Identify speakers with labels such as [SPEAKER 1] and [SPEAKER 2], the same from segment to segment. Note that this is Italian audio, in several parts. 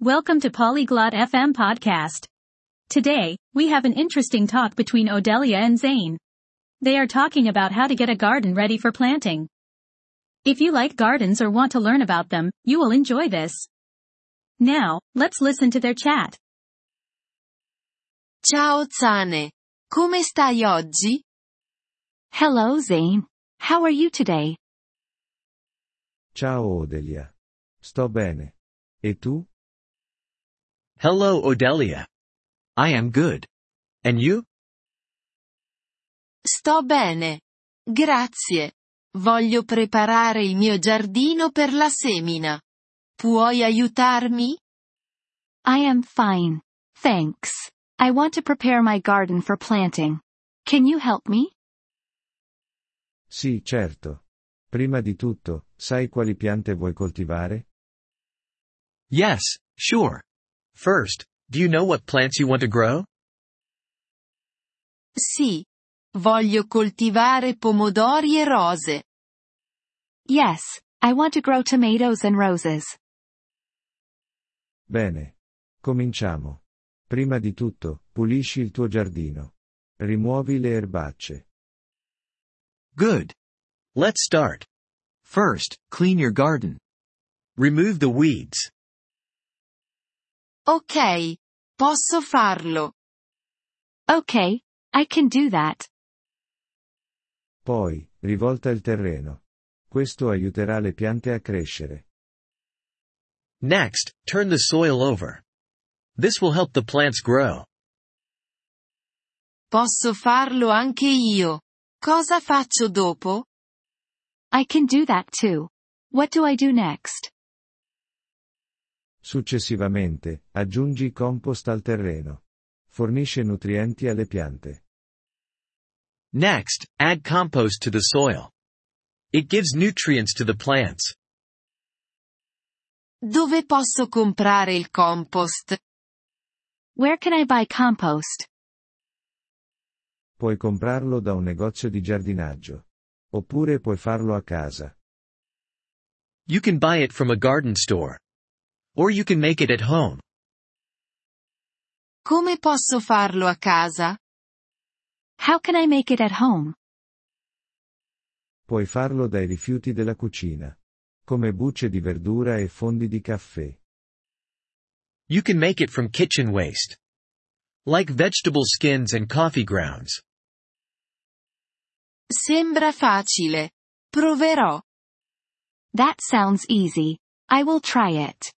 [SPEAKER 1] Welcome to Polyglot FM podcast. Today, we have an interesting talk between Odelia and Zane. They are talking about how to get a garden ready for planting. If you like gardens or want to learn about them, you will enjoy this. Now, let's listen to their chat.
[SPEAKER 2] Ciao Zane. Come stai oggi?
[SPEAKER 3] Hello, Zane. How are you today?
[SPEAKER 4] Ciao Odelia. Sto bene. E tu?
[SPEAKER 5] Hello, Odelia. I am good. And you?
[SPEAKER 2] Sto bene. Grazie. Voglio preparare il mio giardino per la semina. Puoi aiutarmi?
[SPEAKER 3] I am fine. Thanks. I want to prepare my garden for planting. Can you help me?
[SPEAKER 4] Sì, certo. Prima di tutto, sai quali piante vuoi coltivare?
[SPEAKER 5] Yes, sure. First, do you know what plants you want to grow?
[SPEAKER 2] Sì. Voglio coltivare pomodori e rose.
[SPEAKER 3] Yes, I want to grow tomatoes and roses.
[SPEAKER 4] Bene. Cominciamo. Prima di tutto, pulisci il tuo giardino. Rimuovi le erbacce.
[SPEAKER 5] Good. Let's start. First, clean your garden. Remove the weeds.
[SPEAKER 2] Ok. Posso farlo.
[SPEAKER 3] Okay, I can do that.
[SPEAKER 4] Poi, rivolta il terreno. Questo aiuterà le piante a crescere.
[SPEAKER 5] Next, turn the soil over. This will help the plants grow.
[SPEAKER 2] Posso farlo anche io. Cosa faccio dopo?
[SPEAKER 3] I can do that too. What do I do next?
[SPEAKER 4] Successivamente, aggiungi compost al terreno. Fornisce nutrienti alle piante.
[SPEAKER 5] Next, add compost to the soil. It gives nutrients to the plants.
[SPEAKER 2] Dove posso comprare il compost?
[SPEAKER 3] Where can I buy compost?
[SPEAKER 4] Puoi comprarlo da un negozio di giardinaggio. Oppure puoi farlo a casa.
[SPEAKER 5] You can buy it from a garden store. Or you can make it at home.
[SPEAKER 2] Come posso farlo a casa?
[SPEAKER 3] How can I make it at home?
[SPEAKER 4] Puoi farlo dai rifiuti della cucina. Come bucce di verdura e fondi di caffè.
[SPEAKER 5] You can make it from kitchen waste. Like vegetable skins and coffee grounds.
[SPEAKER 2] Sembra facile. Proverò.
[SPEAKER 3] That sounds easy. I will try it.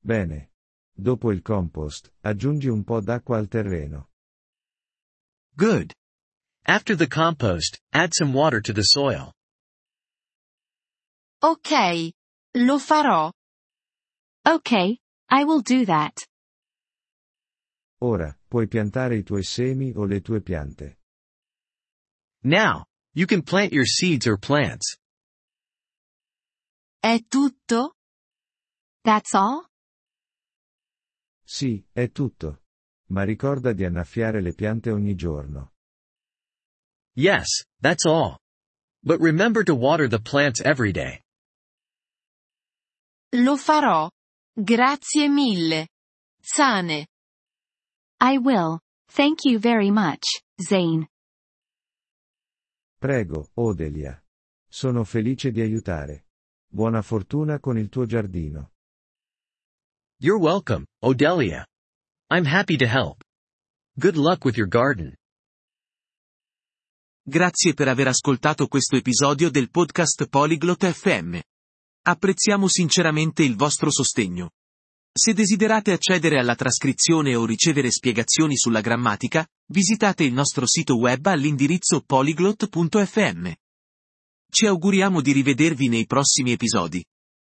[SPEAKER 4] Bene. Dopo il compost, aggiungi un po' d'acqua al terreno.
[SPEAKER 5] Good. After the compost, add some water to the soil.
[SPEAKER 2] Ok. Lo farò.
[SPEAKER 3] Okay, I will do that.
[SPEAKER 4] Ora, puoi piantare i tuoi semi o le tue piante.
[SPEAKER 5] Now, you can plant your seeds or plants.
[SPEAKER 2] È tutto?
[SPEAKER 3] That's all?
[SPEAKER 4] Sì, è tutto. Ma ricorda di annaffiare le piante ogni giorno.
[SPEAKER 5] Yes, that's all. But remember to water the plants every day.
[SPEAKER 2] Lo farò. Grazie mille. Sane.
[SPEAKER 3] I will. Thank you very much, Zane.
[SPEAKER 4] Prego, Odelia. Sono felice di aiutare. Buona fortuna con il tuo giardino.
[SPEAKER 5] You're welcome, Odelia. I'm happy to help. Good luck with your garden.
[SPEAKER 6] Grazie per aver ascoltato questo episodio del podcast Polyglot FM. Apprezziamo sinceramente il vostro sostegno. Se desiderate accedere alla trascrizione o ricevere spiegazioni sulla grammatica, visitate il nostro sito web all'indirizzo polyglot.fm. Ci auguriamo di rivedervi nei prossimi episodi.